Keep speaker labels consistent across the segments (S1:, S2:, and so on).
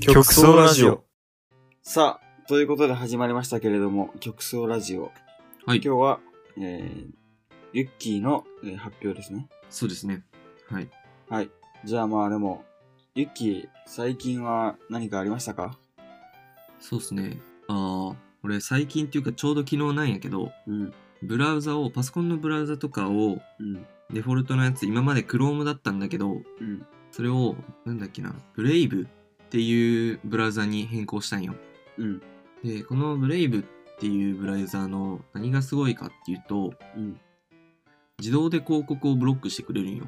S1: 極
S2: 総ラジオ。
S1: さあ、ということで始まりましたけれども、曲奏ラジオ。
S2: はい
S1: 今日は、えー、ユッキーの、えー発表ですね。
S2: そうですね。はい。
S1: はい。じゃあまあでも、ユッキー、最近は何かありましたか
S2: そうですね。ああ、俺最近っていうかちょうど昨日なんやけど、
S1: うん、
S2: ブラウザを、パソコンのブラウザとかを、
S1: うん、
S2: デフォルトのやつ、今まで Chrome だったんだけど、
S1: うん。
S2: それを、なんだっけな、Brave っていうブラウザに変更したんよ。
S1: うん、
S2: で、この Brave っていうブラウザの何がすごいかっていうと、
S1: うん、
S2: 自動で広告をブロックしてくれるんよ。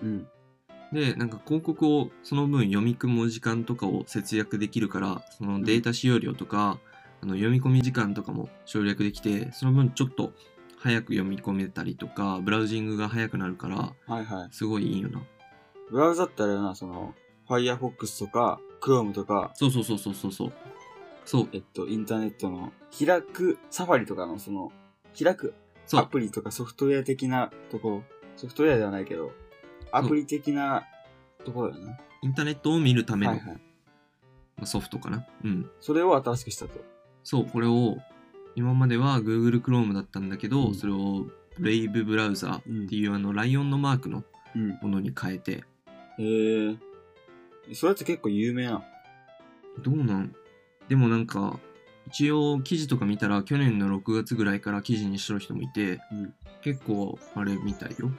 S1: うん、
S2: で、なんか広告をその分読み込む時間とかを節約できるから、そのデータ使用量とか、あの読み込み時間とかも省略できて、その分ちょっと早く読み込めたりとか、ブラウジングが早くなるから、
S1: はいはい。
S2: すごいいいよな。
S1: ブラウザってあれだな、その、Firefox とか、Chrome とか、
S2: そうそうそうそうそうそう。そう、
S1: えっと、インターネットの、開く、サファリとかの、その、開く
S2: そ
S1: ア
S2: う、
S1: プリとかソフトウェア的なところ、ソフトウェアではないけど、アプリ的なところだよね。
S2: インターネットを見るため
S1: は
S2: の
S1: いはい。
S2: まあソフトかな。うん。
S1: それを新しくしたと。
S2: そう、これを、今までは Google Chrome だったんだけど、
S1: うん
S2: それを Brave ブラウザーっていうあのライオンのマークの
S1: うん。
S2: ものに変えて、
S1: へえー。それって結構有名なの。
S2: どうなんでもなんか、一応記事とか見たら、去年の6月ぐらいから記事にしてる人もいて、
S1: うん
S2: 結構あれみたいよ。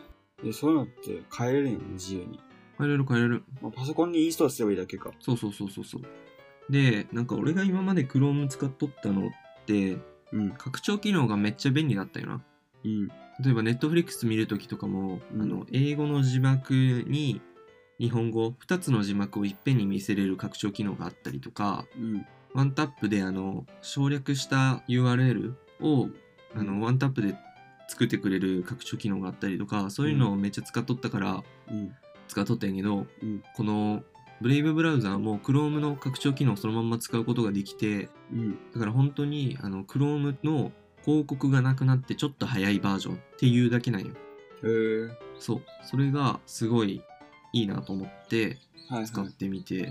S1: でそういうのって変えれるよね、自由に。
S2: 変えれる変えれる。
S1: まあ、パソコンにインストールすればいいだけか。
S2: そうそうそうそうそう。で、なんか俺が今まで Chrome 使っとったのって、
S1: うん。
S2: 拡張機能がめっちゃ便利だったよな。
S1: うん。
S2: 例えば Netflix 見るときとかも、
S1: うん
S2: あの英語の字幕に日本語2つの字幕をいっぺんに見せれる拡張機能があったりとか、
S1: うん。
S2: ワンタップであの省略した URL をあのワンタップで作ってくれる拡張機能があったりとかそういうのをめっちゃ使っとったから
S1: うん。
S2: 使っとったんやけど、
S1: うん
S2: このブレイブブラウザーも Chrome の拡張機能をそのまんま使うことができて
S1: うん。
S2: だから本当にあの Chrome の広告がなくなってちょっと早いバージョンっていうだけなんよ
S1: へえー。
S2: そうそれがすごいいいなと思って
S1: はい
S2: 使
S1: は
S2: ってみて
S1: い。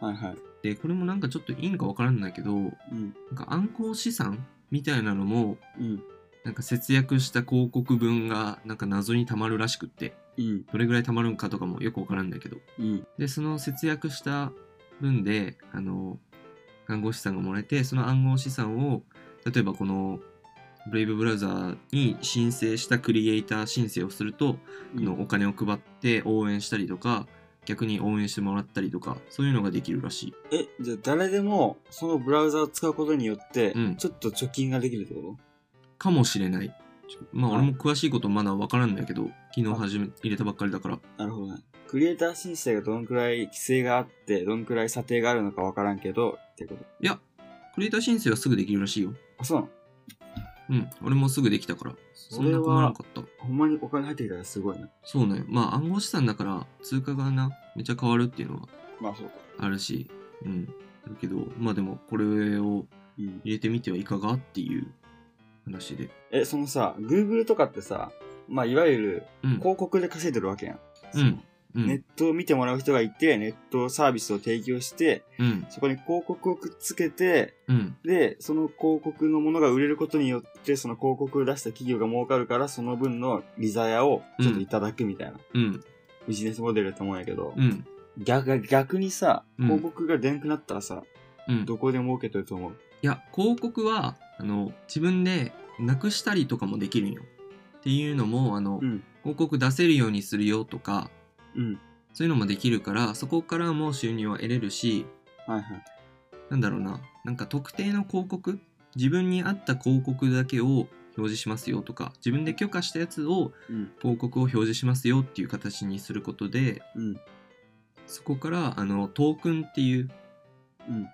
S1: はいはい。
S2: でこれもなんかちょっといいんかわからんないけど
S1: うん。
S2: なんか暗号資産みたいなのも
S1: うん。
S2: なんか節約した広告分がなんか謎にたまるらしくって
S1: うん。
S2: どれぐらいたまるんかとかもよくわからんだけど
S1: うん。
S2: でその節約した分であの暗号資産がもらえてその暗号資産を例えばこのブレイブブラウザーに申請したクリエイター申請をすると、
S1: う
S2: あ
S1: ん。
S2: のお金を配って応援したりとか逆に応援してもらったりとかそういうのができるらしい
S1: え、じゃあ誰でもそのブラウザを使うことによって
S2: うん、
S1: ちょっと貯金ができるってこと、
S2: かもしれないちょまあ
S1: はい
S2: 俺も詳しいことまだわからんだけど昨日始め入れたばっかりだから
S1: なるほどね。クリエイター申請がどのくらい規制があって、どのくらい査定があるのかわからんけど、ってこと。
S2: いや、クリエイター申請はすぐできるらしいよ。
S1: あ、そうなの
S2: うん、俺もすぐできたから。そ
S1: そ
S2: ん
S1: れ
S2: な困ら
S1: は
S2: ん、かった。
S1: ほんまにお金入ってきたらすごいな。
S2: そうね。まあ暗号資産だから通貨がな、めっちゃ変わるっていうのは
S1: まあそうか。
S2: あるし、うん。あるけど、まあでもこれを
S1: うん。
S2: 入れてみてはいかがっていう話で。
S1: え、そのさ、Google とかってさ、まあいわゆる
S2: うん。
S1: 広告で稼いでるわけやん。
S2: うん。う
S1: ネッ
S2: ん。
S1: トを見てもらう人がいて、ネットサービスを提供して、
S2: うん。
S1: そこに広告をくっつけて、
S2: うん。
S1: で、その広告のものが売れることによって、その広告を出した企業が儲かるから、その分の利ザヤをちょっといただくみたいな、
S2: うん。
S1: ビジネスモデルだと思うんやけど、
S2: うん。
S1: 逆逆にさ、
S2: うん
S1: 広告が出なくなったらさ、
S2: うん。
S1: どこで儲けてると思う
S2: いや、広告は、あの、自分でなくしたりとかもできるんよ。っていうのも、あの、
S1: うん。
S2: 広告出せるようにするよとか、
S1: うん。
S2: そういうのもできるから、そこからも収入は得れるし、
S1: はいはい。
S2: なんだろうな、なんか特定の広告、自分に合った広告だけを表示しますよとか、自分で許可したやつを
S1: うん。
S2: 広告を表示しますよっていう形にすることで、
S1: うん。
S2: そこからあのトークンっていう
S1: うん。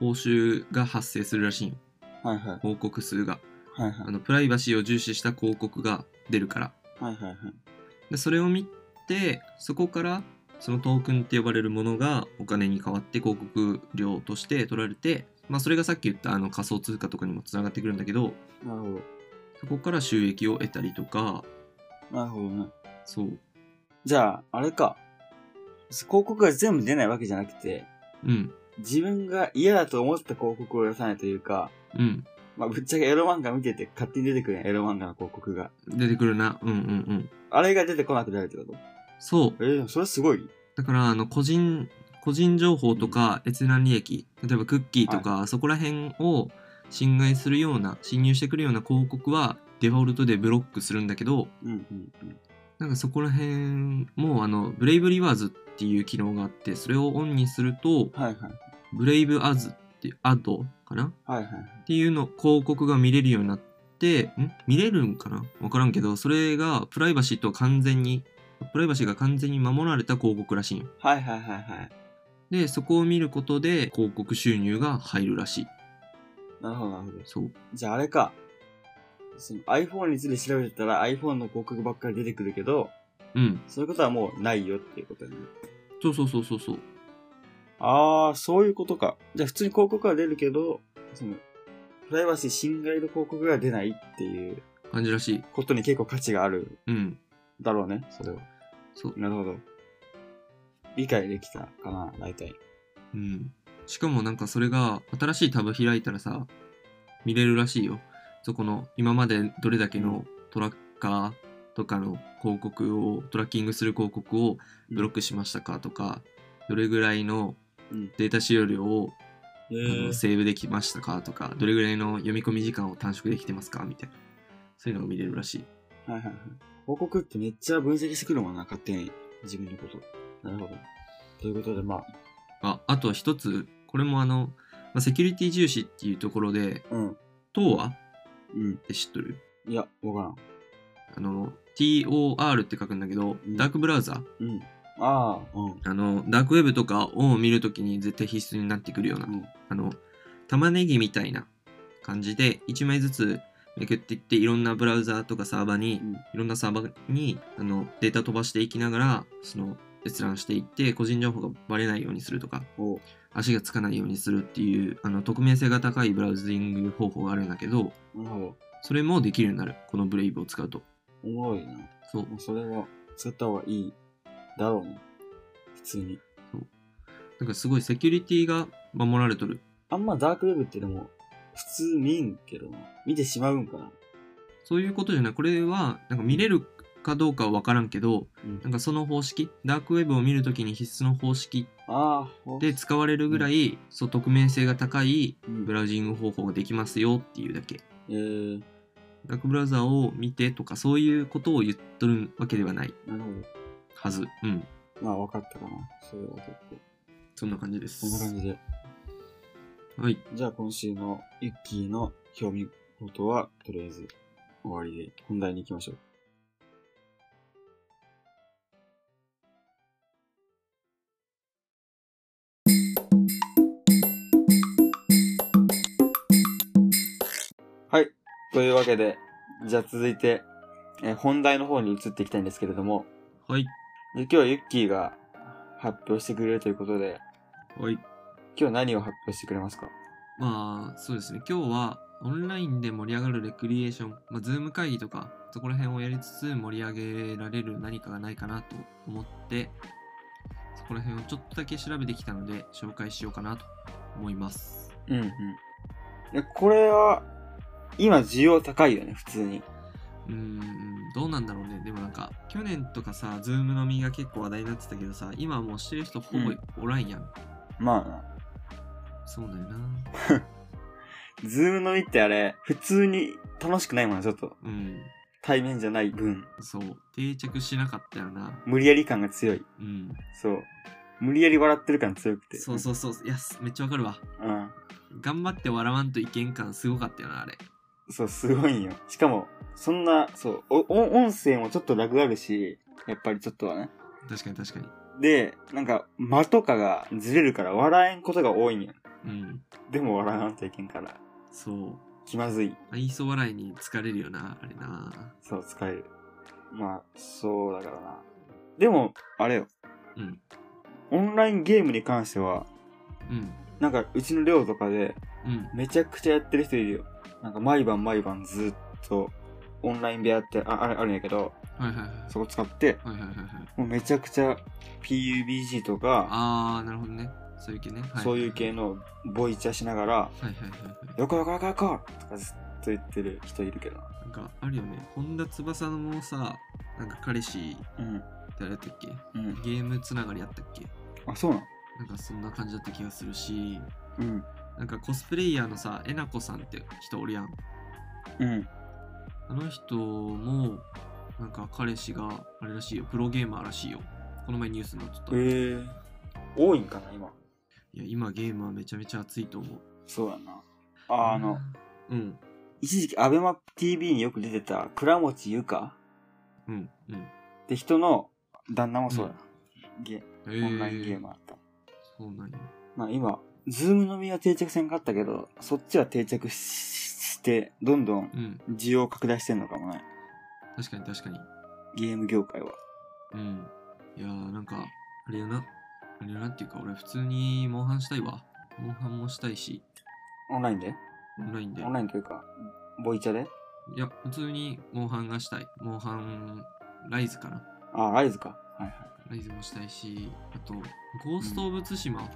S2: 報酬が発生するらしいよ。
S1: はいはい。
S2: 広告数が。
S1: はいは
S2: あ
S1: い。
S2: のプライバシーを重視した広告が出るから。
S1: はいはいはい。
S2: でそれを見てそこからそのトークンって呼ばれるものがお金に変わって広告料として取られて、まあ、それがさっき言ったあの仮想通貨とかにもつながってくるんだけど
S1: なるほど。
S2: そこから収益を得たりとか
S1: なるほどね。
S2: そう
S1: じゃあ、あれか。広告が全部出ないわけじゃなくて、
S2: うん。
S1: 自分が嫌だと思った広告を出さないというか、
S2: うん。
S1: まあ、ぶっちゃけエロ漫画見てて勝手に出てくるやん、エロ漫画の広告が。
S2: 出てくるな。うんうんうん。
S1: あれが出てこなくなるってこと
S2: そう。
S1: えー、でもそれすごい。
S2: だから、あの、個人、個人情報とか閲覧利益、例えばクッキーとか、そこら辺を侵害するような、侵入してくるような広告は、デフォルトでブロックするんだけど、
S1: うんうんうん。
S2: なんかそこら辺も、あの、ブレイブリワーズっていう機能があって、それをオンにすると、
S1: はいはい。
S2: ブレイブアズって、アドかな
S1: はいはい。
S2: っていうの、広告が見れるようになって、ん見れるんかなわからんけど、それがプライバシーと完全に、プライバシーが完全に守られた広告らしいんよ。
S1: はいはいはいはい。
S2: で、そこを見ることで広告収入が入るらしい。
S1: なるほどなるほど。
S2: そう。
S1: じゃああれか。その iPhone について調べてたら iPhone の広告ばっかり出てくるけど、
S2: うん。
S1: そういうことはもうないよっていうことになる。
S2: そうそうそうそうそう。
S1: あー、そういうことか。じゃあ普通に広告は出るけど、その、プライバシー侵害の広告が出ないっていう
S2: 感じらしい。
S1: ことに結構価値がある
S2: うん。
S1: だろうね、それは。
S2: そう。
S1: なるほど。理解できたかな、大体。
S2: うん。しかもなんかそれが新しいタブ開いたらさ、見れるらしいよ。そこの今までどれだけのトラッカーとかの広告を、トラッキングする広告をブロックしましたかとか、どれぐらいの
S1: うん
S2: データ使用量を
S1: え
S2: あのセーブできましたかとか、どれぐらいの読み込み時間を短縮できてますかみたいな。そういうのが見れるらしい。
S1: はいはいはい。広告ってめっちゃ分析してくるもんな、勝手に。自分のこと。なるほど。ということで、まあ、
S2: ああとは一つ、これもあの、まあ、セキュリティ重視っていうところで、
S1: うん、
S2: TOR っ
S1: うん。
S2: て知っとる
S1: いや、わか
S2: あの、TOR って書くんだけど、
S1: うん
S2: ダークブラウザ
S1: らん。うん。ああ、うん。
S2: あの、ダークウェブとかを見るときに絶対必須になってくるような、
S1: うん
S2: あの、玉ねぎみたいな感じで、1枚ずつめくっていって、いろんなブラウザとかサーバーに
S1: うん。
S2: いろんなサーバーにあのデータ飛ばしていきながら、その閲覧していって、個人情報がバレないようにするとか、
S1: おう
S2: 足がつかないようにするっていう、あの匿名性が高いブラウジング方法があるんだけど、
S1: なるほど。
S2: それもできるようになる、このブレイブを使うと。
S1: おもろいな。
S2: そう。
S1: もうそれは使った方がいいだろうね。普通に。
S2: だからすごいセキュリティが守られとる。
S1: あんまダークウェブってでも、普通見んけどな。見てしまうんかな。
S2: そういうことじゃない。これは、なんか見れるかどうかはわからんけど、
S1: うん
S2: なんかその方式、ダークウェブを見るときに必須の方式
S1: ああ、ほ
S2: で使われるぐらい、そう、匿名性が高い
S1: うん
S2: ブラウジング方法ができますよっていうだけ。
S1: えー、
S2: ダークブラウザーを見てとかそういうことを言っとるわけではない
S1: なるほど。
S2: はず。うん。
S1: まあ、分かったかな。それは結構。
S2: そんな感じです。
S1: こんな感じで。
S2: はい。
S1: じゃあ今週のユッキーの興味事は、とりあえず終わりで本題に行きましょう。はい。というわけで、じゃあ続いて、えー本題の方に移っていきたいんですけれども、
S2: はい。
S1: で今日はユッキーが発表してくれるということで、
S2: はい。
S1: 今日何を発表してくれますか
S2: まあ、そうですね。今日はオンラインで盛り上がるレクリエーション、まあ、ズーム会議とか、そこら辺をやりつつ盛り上げられる何かがないかなと思って、そこら辺をちょっとだけ調べてきたので、紹介しようかなと思います。
S1: うんうん。でこれは、今需要高いよね、普通に。
S2: うーん、どうなんだろうね。でもなんか、去年とかさ、ズームのみが結構話題になってたけどさ、今はもうしてる人ほぼおらんやん。
S1: まあな。
S2: そうだよな。
S1: ズームのみってあれ、普通に楽しくないもんな、ちょっと。
S2: うん。
S1: 対面じゃない分、
S2: そう。定着しなかったよな。
S1: 無理やり感が強い。
S2: うん。
S1: そう。無理やり笑ってる感強くて。
S2: そうそうそう。いや、すめっちゃわかるわ。
S1: うん。
S2: 頑張って笑わんといけん感すごかったよな、あれ。
S1: そう、すごいんよ。しかも、そんな、そう、お音音声もちょっとラグあるし、やっぱりちょっとはね。
S2: 確かに確かに。
S1: で、なんか、間とかがずれるから笑えんことが多いんよ。
S2: うん。
S1: でも笑わなきゃいけんから。
S2: そう。
S1: 気まずい。
S2: 愛想笑いに疲れるよな、あれな。
S1: そう、使える。まあ、そうだからな。でも、あれよ。
S2: うん。
S1: オンラインゲームに関しては、
S2: うん。
S1: なんか、うちの寮とかで、
S2: うん。
S1: めちゃくちゃやってる人いるよ。なんか、毎晩毎晩ずっと、オンライン部屋ってああれあるんやけど、
S2: はいはいはい。
S1: そこ使って、
S2: はいはいはいはい。
S1: もうめちゃくちゃ PUBG とか、
S2: あー、なるほどね。そういう系ね。は
S1: そういう系。のボイチャしながら、
S2: はいはいはいはい。
S1: よこよこよこよことかずっと言ってる人いるけど。
S2: なんかあるよね。本田翼のさ、なんか彼氏、
S1: うん。
S2: 誰だったっけ
S1: うん。
S2: ゲームつながりあったっけ
S1: あ、そうなの
S2: なんかそんな感じだった気がするし、
S1: うん。
S2: なんかコスプレイヤーのさ、えなこさんって人おるやん。
S1: うん。
S2: あの人も、なんか彼氏が、あれらしいよ、プロゲーマーらしいよ。この前ニュースになっとった。い
S1: えー、多いんかな、今。
S2: や、今ゲームはめちゃめちゃ熱いと思う。
S1: そうやな。あ、あの、、
S2: うん、
S1: 一時期アベマ TV によく出てた倉持ゆか
S2: うん、うん。
S1: って人の旦那もそうやな。ゲ
S2: オ
S1: オンラインゲームあった。
S2: そうなんや。
S1: まあ今、ズームのみは定着せんかったけど、そっちは定着しして、どんどん
S2: うん、
S1: 需要拡大してんのかもね。
S2: 確かに確かに。
S1: ゲーム業界は。
S2: うん。いやー、なんか、あれやな。あれやなっていうか、俺普通にモンハンしたいわ。モンハンもしたいし、
S1: オンラインで
S2: オンラインで。
S1: オンラインというか、ボイチャで
S2: いや、普通にモンハンがしたい。モンハン、ライズかな。
S1: あ、ライズか。はいはい。
S2: ライズもしたいし、あと、ゴースト・オブ・ツシマっ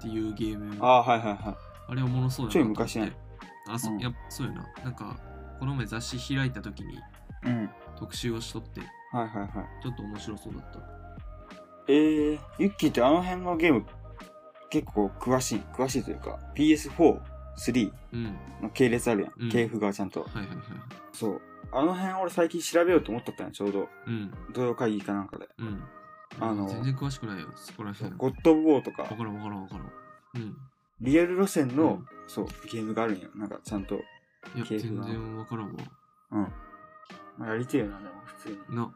S2: ていうゲーム、
S1: あ
S2: あ
S1: はいはいはい。
S2: れおもろそうやな
S1: ちょい昔やん
S2: と思ってあ、そ、
S1: うん
S2: いや、そうやな。なんか、この前雑誌開いた時に
S1: うん。
S2: 特集をしとって、
S1: はいはいはい。
S2: ちょっと面白そうだった。
S1: えー、ユッキーってあの辺のゲーム、結構詳しい、詳しいというか、PS4、3
S2: うん。はい
S1: の系列あるやん。
S2: うん
S1: 系譜がちゃんと。
S2: はいはい。
S1: そう。あの辺俺最近調べようと思っとったんや、ちょうど。
S2: うん。
S1: 土曜会議かなんかで。
S2: うん。
S1: あの
S2: 全然詳しくないよ、そこら辺。
S1: ゴッド・オブ・ウォーと
S2: わ
S1: か、
S2: からんわからんわからん。うん。
S1: リアル路線
S2: う
S1: の
S2: ん、
S1: そう、ゲームがあるんや。なんかちゃんと。
S2: いや、
S1: 系
S2: 全
S1: 譜が
S2: 然わからんわ。
S1: うん。まあ、やりてえよな、でも、普通に。
S2: な。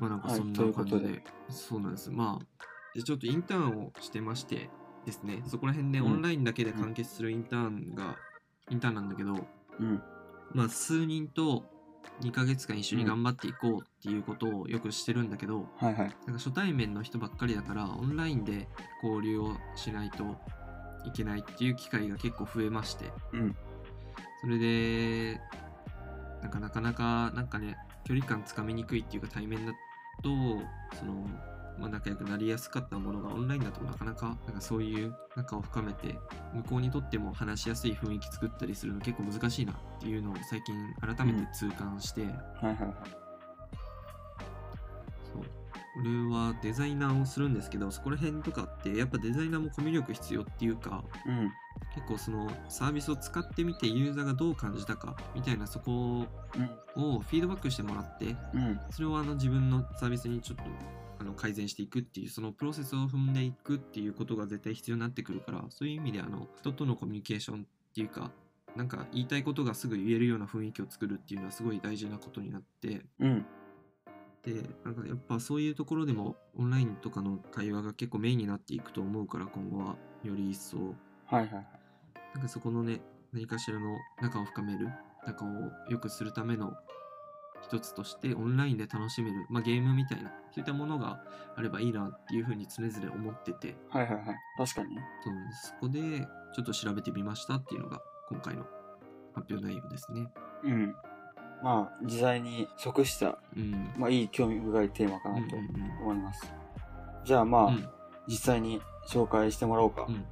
S2: まあなんか
S1: はい
S2: そん
S1: とい
S2: な
S1: うこ
S2: 感
S1: と
S2: じ
S1: で
S2: で。そうなんです。まあ、でちょっとインターンをしてましてですね、そこら辺で
S1: う
S2: オ
S1: ん
S2: ンラインだけで完結するインターンが、インターンなんだけど、
S1: うん。
S2: まあ数人と2ヶ月間一緒
S1: う
S2: に
S1: ん
S2: 頑張っていこうっていうことをよくしてるんだけど、
S1: はいはい。
S2: なんか初対面の人ばっかりだからオンラインで交流をしないといけないっていう機会が結構増えまして、
S1: うん
S2: それでなんかなかなかなんかね距離感つかみにくいっていうか対面だとその、まあ、仲良くなりやすかったものがオンラインだとなかなかなんかそういう仲を深めて向こうにとっても話しやすい雰囲気作ったりするの結構難しいなっていうのを最近改めて痛感して、
S1: はいはいはい。
S2: そう俺はデザイナーをするんですけどそこら辺とかってやっぱデザイナーもコミュ力必要っていうか
S1: うん。
S2: 結構そのサービスを使ってみてユーザーがどう感じたかみたいなそこをフィードバックしてもらって
S1: うん。うん。
S2: それをあの自分のサービスにちょっとあの改善していくっていうそのプロセスを踏んでいくっていうことが絶対必要になってくるからそういう意味であの人とのコミュニケーションっていうかなんか言いたいことがすぐ言えるような雰囲気を作るっていうのはすごい大事なことになって
S1: うん。
S2: でなんかやっぱそういうところでもオンラインとかの会話が結構メインになっていくと思うから今後はより一層
S1: はいはいはい。
S2: なんかそこのね何かしらの仲を深める仲を良くするための一つとしてオンラインで楽しめる、まあ、ゲームみたいなそういったものがあればいいなっていうふうに常々思ってて
S1: はいはいはい。確かにね。
S2: そうそこでちょっと調べてみましたっていうのが今回の発表内容ですね。
S1: うん。まあ、時代に即した、
S2: うん。
S1: まあ、いい興味深いテーマか
S2: うん
S1: な
S2: うん
S1: と思います。じゃあまあ、
S2: うんうん
S1: 実際に紹介してもらおうか
S2: う。ん。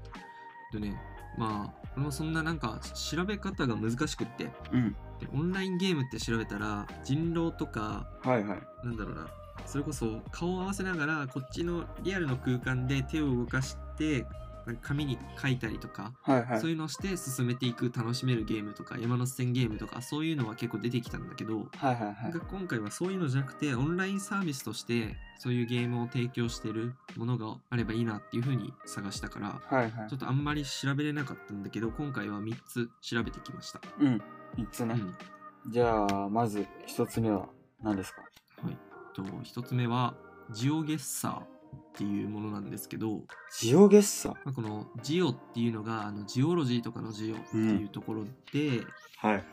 S2: でね、まあ、俺もそんななんか調べ方が難しくって、で
S1: うん。
S2: オンラインゲームって調べたら、人狼とか、
S1: はいはい。
S2: なんだろうな、それこそ顔を合わせながら、こっちのリアルの空間で手を動かして、なんか紙に書いたりとか、
S1: はいはい。
S2: そういうのをして進めていく楽しめるゲームとか、山手線ゲームとか、そういうのは結構出てきたんだけど、
S1: はいはいは
S2: ないんか。今回はそういうのじゃなくてオンラインサービスとしてそういうゲームを提供してるものがあればいいなっていうふうに探したから
S1: はいはい
S2: ちょ。っとあんまり調べれなかったんだけど、今回は3つ調べてきました。
S1: うん。三つ
S2: う
S1: ね。
S2: ん。
S1: じゃあ、まず一つ目は何ですか
S2: はい。と、1つ目は、ジオゲッサーっていうものなんですけど、
S1: ジオゲッサ
S2: まあこのジオっていうのが、あのジオロジーとかのジオっていうところで、
S1: はいはいはい。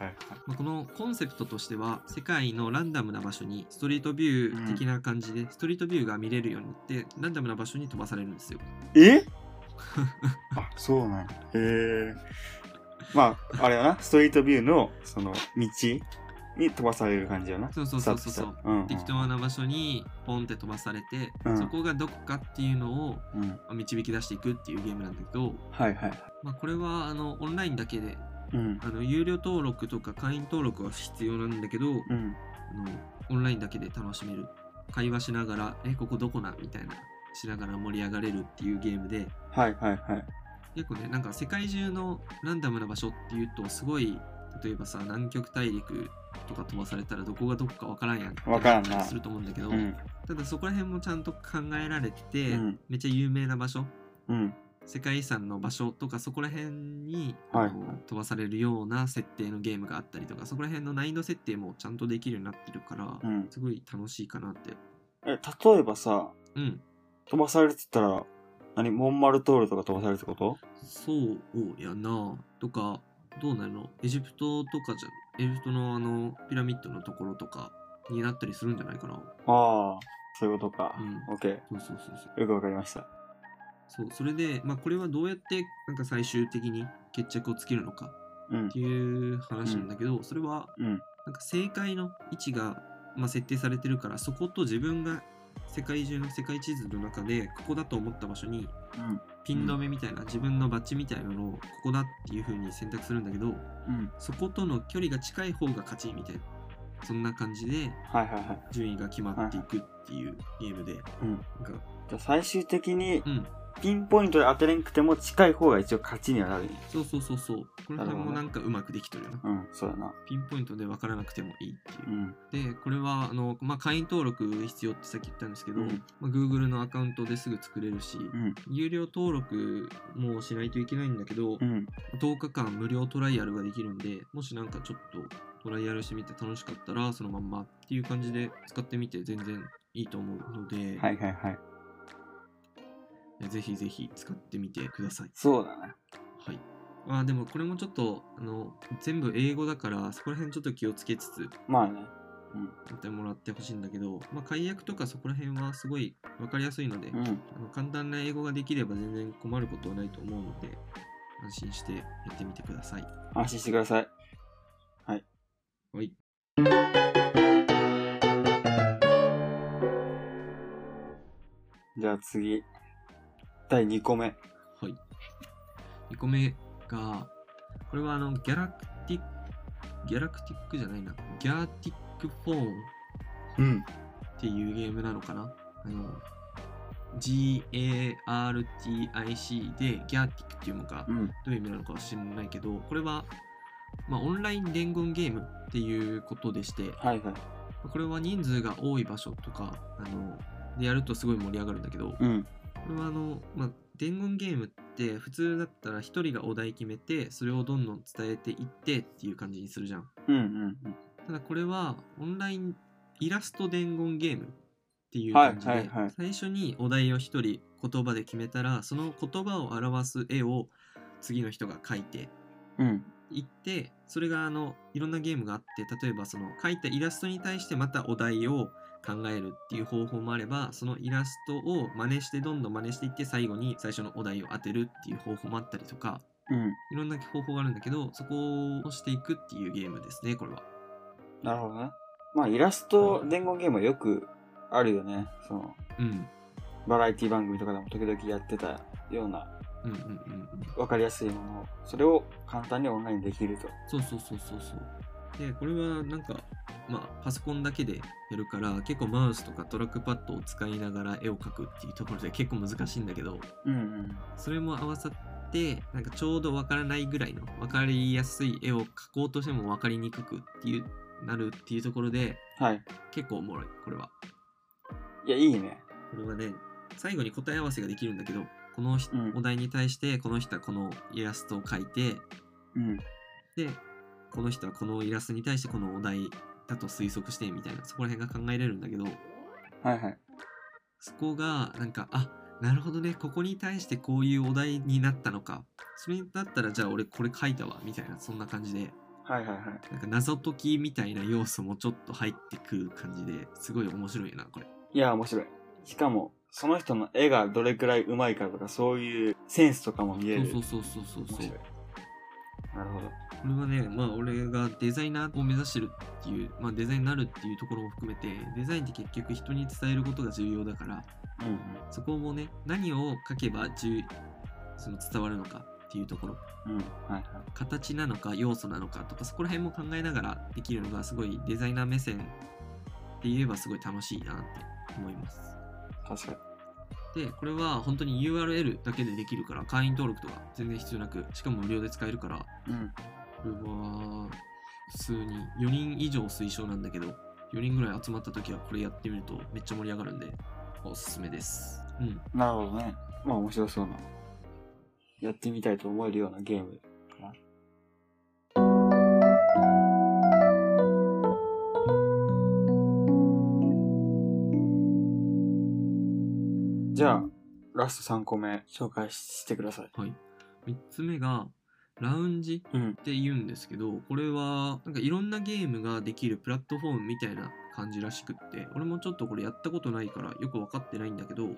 S2: まあこのコンセプトとしては、世界のランダムな場所にストリートビュー的な感じで、ストリートビューが見れるようになって、ランダムな場所 に飛ばされるんですよ。
S1: えあ、そうなんやへえ。まあ、あれやな、ストリートビューの、その、道に飛ばされる感じやな。
S2: そうそうそうそうそう
S1: さっとさうん、うん。
S2: 適当な場所にポンって飛ばされて、
S1: うん
S2: そこがどこかっていうのを
S1: うん。
S2: 導き出していくっていうゲームなんだけど、
S1: はいはい。
S2: まあ、これはあのオンラインだけで
S1: うん。
S2: あの有料登録とか会員登録は必要なんだけど、
S1: うん。
S2: あのオンラインだけで楽しめる会話しながら「えここどこな?」みたいなしながら盛り上がれるっていうゲームで
S1: はいはいはい。
S2: 結構ねなんか世界中のランダムな場所っていうとすごい例えばさ南極大陸とか飛ばされたらどこがどこかわからんやん
S1: わからんな
S2: ってったりすると思うんだけど、
S1: うん。
S2: ただそこら辺もちゃんと考えられてて、
S1: うん
S2: めっちゃ有名な場所
S1: うん。
S2: 世界遺産の場所とかそこら辺に、
S1: はい
S2: あの飛ばされるような設定のゲームがあったりとかそこら辺の難易度設定もちゃんとできるようになってるから、
S1: うん。
S2: すごい楽しいかなって
S1: え、例えばさ、
S2: うん
S1: 飛ばされてたら、何モンマルトールとか飛ばされるってこと
S2: そうやなとかどうなのエジプトとかじゃエジプトのあのピラミッドのところとかになったりするんじゃないかな
S1: ああ、そういうことか。オッケ
S2: うんそうそうそうそう
S1: ー。よくわかりました。
S2: そうそれでまあこれはどうやってなんか最終的に決着をつけるのか
S1: うん
S2: っ。ていう話なんだけど、それは
S1: うん。
S2: なんか正解の位置が、まあ、設定されてるからそこと自分が世界中の世界地図の中でここだと思った場所に
S1: うん。
S2: ピン止めみたいな、自分のバッジみたいなのをここだっていう風に選択するんだけど
S1: うん。
S2: そことの距離が近い方が勝ちみたいなそんな感じで
S1: はいはいはい。
S2: 順位が決まっていくっていうゲームで、
S1: うん
S2: なんか
S1: じゃあ最終的に
S2: うん
S1: ピンポイントで当てれんくても近い方が一応勝ちにはなる。
S2: そうそうそうそうこの
S1: なる
S2: 辺
S1: ほどね
S2: もなんかうまくできとるよな
S1: うん、そうだな。
S2: ピンポイントで分からなくてもいいっていう
S1: う、ん。
S2: でこれはあの、まあ、会員登録必要ってさっき言ったんですけど、
S1: うん
S2: まあ、Google のアカウントですぐ作れるし、
S1: うん。
S2: 有料登録もしないといけないんだけど、
S1: うん。
S2: 10日間無料トライアルができるんでもしなんかちょっとトライアルしてみて楽しかったらそのまんまっていう感じで使ってみて全然いいと思うので、
S1: はいはいはい。
S2: ぜひぜひ使ってみてください。
S1: そうだな。
S2: はいまあ、でもこれもちょっとあの全部英語だからそこら辺ちょっと気をつけつつ
S1: まあね。
S2: やってもらってほしいんだけど、まあ、解約とかそこら辺はすごい分かりやすいので、
S1: うん。
S2: あの簡単な英語ができれば全然困ることはないと思うので安心してやってみてください。
S1: 安心してください。
S2: はい、
S1: じゃあ次。第2個目。
S2: はい、2個目がこれはあのギャラクティックギャラクティックじゃないなギャーティックフォーン
S1: うん。
S2: っていうゲームなのかなあの GARTIC でギャーティックっていうのが
S1: うん。
S2: どういう意味なのかは知らないけどこれは、まあ、オンライン伝言ゲームっていうことでして
S1: はいはい。
S2: これは人数が多い場所とかあのでやるとすごい盛り上がるんだけどこ
S1: うん。
S2: れはあの、まあ、伝言ゲームって普通だったら1人がお題決めてそれをどんどん伝えていってっていう感じにするじゃん
S1: うんうんうん。
S2: ただこれはオンラインイラスト伝言ゲームっていう感じで、
S1: はいはいはい
S2: 最初にお題を1人言葉で決めたらその言葉を表す絵を次の人が描いて
S1: うん。
S2: いってそれがあのいろんなゲームがあって例えばその描いたイラストに対してまたお題を考えるっていう方法もあればそのイラストを真似してどんどん真似していって最後に最初のお題を当てるっていう方法もあったりとか
S1: うん。
S2: いろんな方法があるんだけどそこをしていくっていうゲームですねこれは。
S1: なるほどね。まあイラスト伝言ゲームはよくあるよね。その、
S2: うん
S1: バラエティ番組とかでも時々やってたような
S2: うんうんうんうん
S1: 分かりやすいものを、それを簡単にオンラインできると。
S2: そうそうそうそうそう。で、これはなんか、まあ、パソコンだけでやるから、結構マウスとかトラックパッドを使いながら絵を描くっていうところで結構難しいんだけど、
S1: うんうん。
S2: それも合わさって、なんかちょうどわからないぐらいの、わかりやすい絵を描こうとしてもわかりにくくっていう、なるっていうところで、
S1: はい。
S2: 結構おもろい、これは。
S1: いや、いいね。
S2: これはね、最後に答え合わせができるんだけど、この人
S1: うん
S2: お題に対して、この人はこのイラストを描いて、
S1: うん。
S2: でこの人はこのイラストに対してこのお題だと推測してみたいなそこら辺が考えれるんだけど
S1: はいはい。
S2: そこがなんかあなるほどねここに対してこういうお題になったのかそれだったらじゃあ俺これ書いたわみたいなそんな感じで
S1: はいはいはい。
S2: なんか謎解きみたいな要素もちょっと入ってくる感じですごい面白いなこれ
S1: いや、面白い。しかも、その人の絵がどれくらい上手いかとか、そういうセンスとかも見える。
S2: そうそうそうそうそ
S1: 面
S2: うそう
S1: 白い。なるほど。
S2: これはね、まあ俺がデザイナーを目指してるっていう、まあデザインになるっていうところも含めて、デザインって結局人に伝えることが重要だから、
S1: うんうん。
S2: そこもね、何を書けば重その伝わるのかっていうところ、
S1: うん。はいは
S2: 形なのか要素なのかとか、そこら辺も考えながらできるのがすごいデザイナー目線って言えばすごい楽しいなって思います。
S1: い。確かに。
S2: で、これは本当に URL だけでできるから、会員登録とか全然必要なく、しかも無料で使えるから、
S1: うん。
S2: これは、普通に4人以上推奨なんだけど、4人ぐらい集まった時はこれやってみるとめっちゃ盛り上がるんで、おすすめです。うん。
S1: なるほどね。まあ面白そうな。やってみたいと思えるようなゲームかな。じゃあ、ラスト3個目紹介してください。
S2: はい。3つ目が、ラウンジ
S1: うん
S2: っ。て言うんですけど、これは、なんかいろんなゲームができるプラットフォームみたいな感じらしくって、俺もちょっとこれやったことないからよくわかってないんだけど、
S1: うん。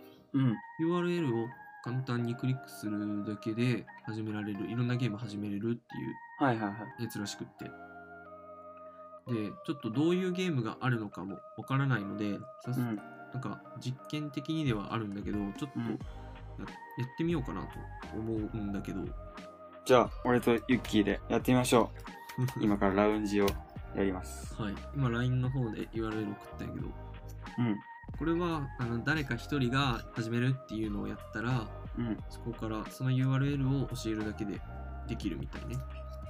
S2: URL を簡単にクリックするだけで始められる、いろんなゲーム始めれるっていう
S1: はいはいはい。
S2: やつらしくって。で、ちょっとどういうゲームがあるのかもわからないので、さす
S1: うん。
S2: なんか実験的にではあるんだけど、ちょっと
S1: うん
S2: や,、ってみようかなと思うんだけど、
S1: じゃあ、俺とユッキーでやってみましょう。今からラウンジをやります。
S2: はい、今 LINE の方で URL 送ったんやけど、
S1: うん。
S2: これはあの誰か一人が始めるっていうのをやったら、
S1: うん。
S2: そこからその URL を教えるだけでできるみたいね。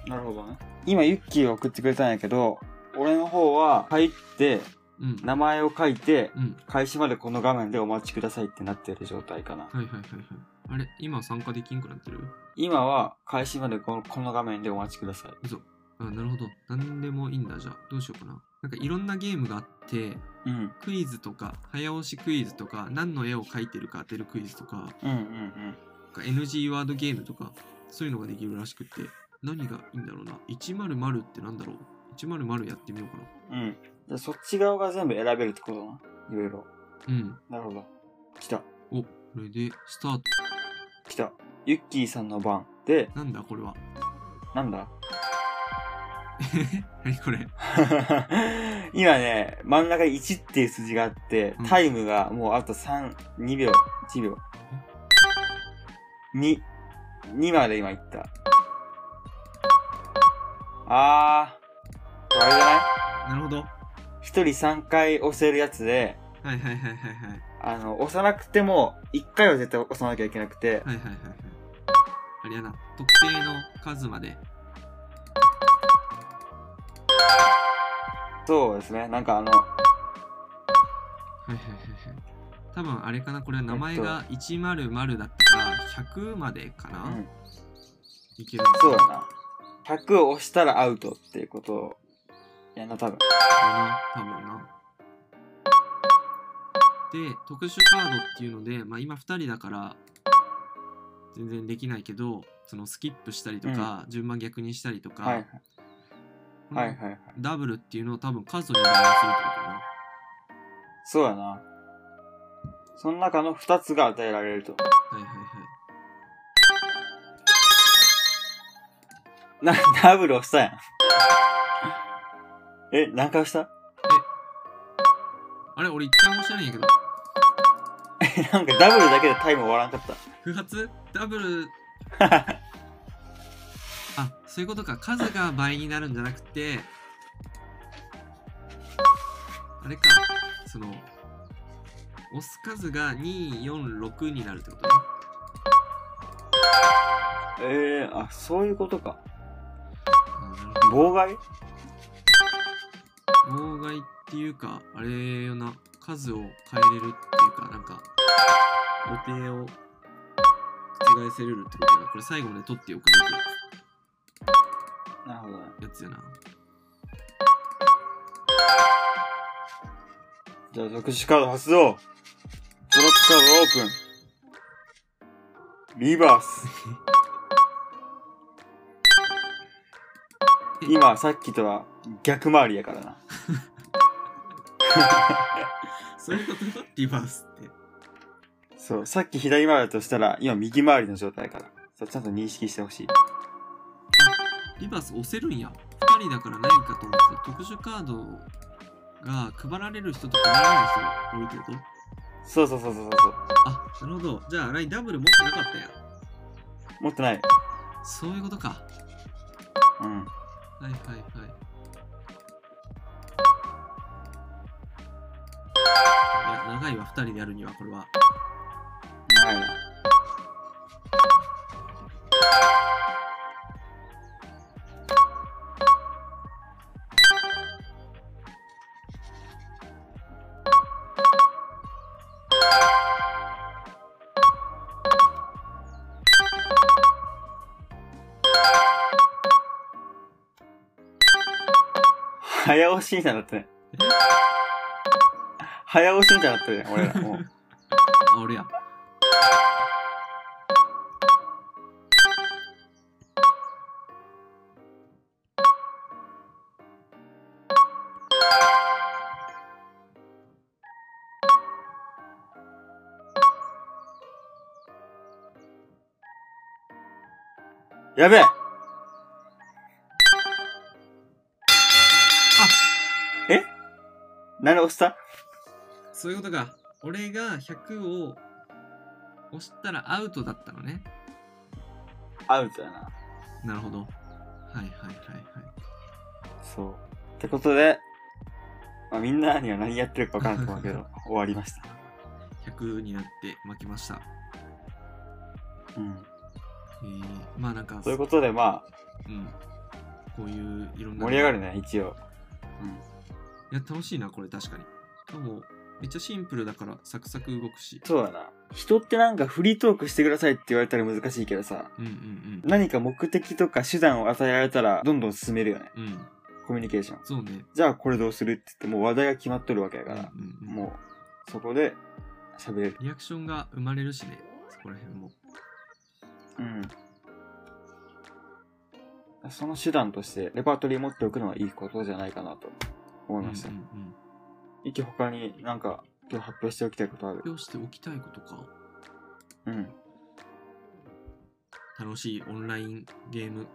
S1: なるほどね。今、ユッキーが送ってくれたんやけど、俺の方は入って、
S2: うん。
S1: 名前を書いて、
S2: うん。
S1: 開始までこの画面でお待ちくださいってなってる状態かな。
S2: はいはいはいはい。あれ今参加できんくなってる
S1: 今は、開始までこのこの画面でお待ちください。
S2: 嘘。あ、なるほど。何でもいいんだ、じゃあ。どうしようかな。なんかいろんなゲームがあって、
S1: うん。
S2: クイズとか、早押しクイズとか、何の絵を描いてるか当てるクイズとか、
S1: うんうん
S2: なんか NG ワードゲームとか、そういうのができるらしくって、何がいいんだろうな。100ってなんだろう ?100 やってみようかな。
S1: うん。うん。じゃあ、そっち側が全部選べるってことな。いろいろ。
S2: うん。
S1: なるほど。来た。
S2: お、これで、スタート。
S1: 来た。ユッキーさんの番。で、
S2: なんだこれは。
S1: なんだ
S2: 何これ。
S1: 今ね、真ん中に1っていう数字があって
S2: うん、
S1: タイムがもうあと3、2秒、1秒。2、2まで今いった。あー、あれじゃない
S2: なるほど。は
S1: ?1 人3回押せるやつで、
S2: いはいはいはいはい。
S1: あの、押さなくても、1回は絶対押さなきゃいけなくて、
S2: はいはいはいはい。あれやな、特定の数まで。
S1: そうですね、なんかあの、
S2: はいはいはいはい。多分あれかな、これ名前が100だったから、100までかな、
S1: うん、
S2: いける
S1: そうだな。100を押したらアウトっていうことを、やんな、多分。
S2: な。多分な。で、特殊カードっていうので、まあ今2人だから、全然できないけど、そのスキップしたりとか、順番逆にしたりとか、
S1: はい、
S2: この
S1: はい、はいはい。
S2: ダブルっていうのを多分数に代用するってことかな。
S1: そうやな。その中の2つが与えられると。
S2: はいはいはい。
S1: な、 ダブル押したやん。 え、何回押した
S2: あれ俺一回も知らないんやけど。
S1: え、なんかダブルだけでタイム終わらんかった。
S2: 不発ダブル あそういうことか数が倍になるんじゃなくてあれかその押す数が246になるってことね
S1: えー、あ、そういうことか。
S2: あなる
S1: 妨害
S2: ほど妨害っていうかあれよな数を変えれるっていうかなんか予定を違えせれるってことやなこれ最後まで取っておくべきやつ
S1: なるほどね。
S2: やつやな
S1: じゃあ、特殊カード発動。トラップカードオープン。リバース。今、さっきとは逆回りやからな。
S2: そういうことリバースって
S1: そう、さっき左回りだとしたら、今右回りの状態やから。そうちゃんと認識してほしい。
S2: リバース押せるんや。2人だから何かと思ってた特殊カードが配られる人と配られない人が多いってこと
S1: そうそうそうそうそうそう。
S2: あ、なるほど。じゃあ、ラインダブル持ってなかったんや。
S1: 持ってない。
S2: そういうことか。
S1: うん。
S2: はいはいはい。いや、長いわ、2人でやるには、これは。
S1: はい。早押しみたいになってね
S2: え。
S1: 早押しみたいになってるね、俺ら。もう
S2: あ、俺や。
S1: やべええ何で押した
S2: そういうことか。俺が100を押したらアウトだったのね。
S1: アウトやな。
S2: なるほど。はいはいはいはい。
S1: そう。ってことで、まあ、みんなには何やってるか分からんと思う けど、終わりました。
S2: 100になって負けました。
S1: うん。
S2: えー、まあなんか、
S1: ということで、まあ、
S2: うん、こういういろんな。
S1: 盛り上が
S2: る。
S1: るね、一応。うん。
S2: いや、楽しいな、これ確かに。しかも、めっちゃシンプルだからサクサク動くし。
S1: そうだな。人ってなんかフリートークしてくださいって言われたら難しいけどさ、
S2: うんうん
S1: 何か目的とか手段を与えられたら、どんどん進めるよね。
S2: うん。うん、
S1: コミュニケーション。
S2: そうね。
S1: じゃあこれどうするって言って、もう話題が決まっとるわけやから、
S2: うんうんうん
S1: もう、そこで喋れる。
S2: リアクションが生まれるしね、そこら辺も。
S1: うん。その手段として、レパートリー持っておくのはいいことじゃないかなと思
S2: う
S1: い
S2: んうんう
S1: ました。
S2: ん。
S1: いき他になんか今日発表しておきたいことある
S2: 発表しておきたいことか。
S1: うん。
S2: 楽しいオンラインゲーム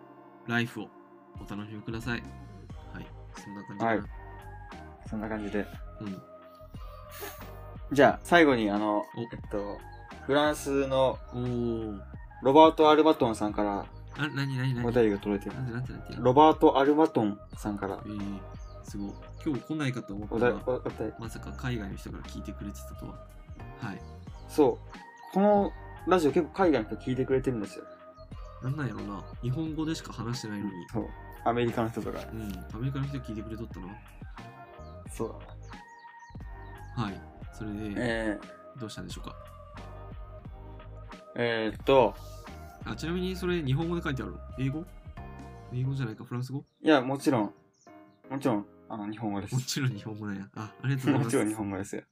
S2: ライフをお楽しみください。はい、そんな感じかな。
S1: はいそんな感じで。
S2: うん、
S1: じゃあ、最後にあの、
S2: お
S1: えっと、フランスの
S2: おー。
S1: ロバート・アルバトンさんから
S2: あ、なになになに
S1: お便りが届いてる
S2: な。んてなんてなんて
S1: ロバート・アルバトンさんから
S2: えー、すごい。今日来ないかと思
S1: お
S2: った
S1: 題、
S2: ら、
S1: おお便り。
S2: まさか海外の人から聞いてくれてたとは。はい。
S1: そう。このラジオ結構海外の人聞いてくれてるんですよ。
S2: なんなんやろな。日本語でしか話してないのに。
S1: そう。アメリカの人とか。
S2: うん、アメリカの人聞いてくれとったな。
S1: そうだな。
S2: はい。それで、
S1: え
S2: どうしたんでしょうか。
S1: ー、えー、っと、
S2: あ、ちなみにそれ日本語で書いてあるの英語英語じゃないか、フランス語
S1: いや、もちろん、もちろん、あの、日本語です
S2: も。ちろん日本語なんや。あ、ありがとうござい
S1: も
S2: ます。
S1: ちろん日本語ですよ。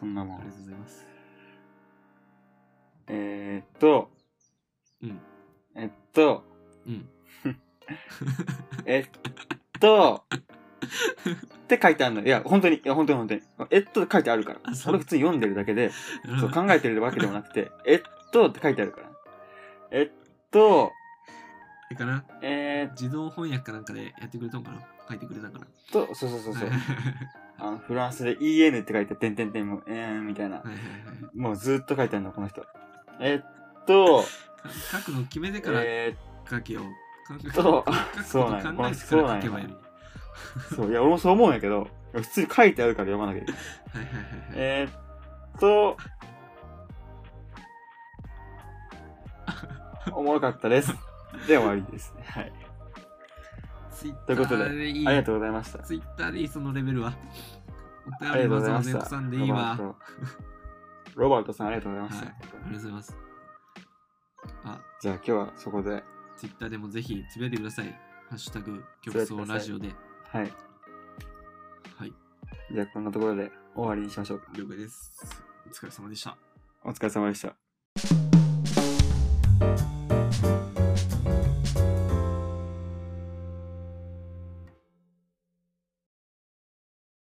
S1: そんなも
S2: あり
S1: ん。
S2: がとうございます。
S1: えー、っと、
S2: うん。
S1: えっと、
S2: うん。
S1: えっと、って書いてあるの。いや、本当に、いや、本当に本当に。えっとって書いてあるから
S2: あ。そう
S1: 俺普通に読んでるだけで、そう考えてるわけでもなくて、えっとって書いてあるから。えっと、
S2: えかな
S1: えー、っ
S2: 自動翻訳かなんかでやってくれたんかな書いてくれたんかな。
S1: と、そうそうそうそう
S2: はい
S1: あの、フランスで EN って書いて、てんてんてんもう、えーんみたいな。
S2: はいはい。
S1: もうずっと書いてあるの、この人。えっと、
S2: か書くの決めてから
S1: え
S2: 書けよう。考え
S1: そう
S2: 書くこと考えてから書けばいいのに。
S1: ー、そう、いや、俺もそう思うんやけど、いや普通に書いてあるから読まなきゃいけない。
S2: はいはいはいはい。
S1: えーっと、おもろかったです。で、終わりですね。はい。
S2: ツイッ
S1: と
S2: タ
S1: いうことで
S2: ーでいい
S1: ありがとうございました。
S2: ツイッターでいい、そのレベルは。お
S1: あ
S2: 便
S1: りが
S2: り
S1: とうご
S2: わざ
S1: ざいまし
S2: わざよ
S1: た。
S2: くさんでいいわ。あ
S1: ロバート。ロバートさん、ありがとうございました。
S2: はいりがとうございます。あ、
S1: じゃあ今日はそこで、
S2: ツイッターでもぜひつぶやいてください。ハッシュタグ、曲奏ラジオで。
S1: はい。
S2: はい、
S1: じゃあこんなところで終わりにしましょうか。
S2: 了解です。お疲れ様でした。
S1: お疲れ様でした。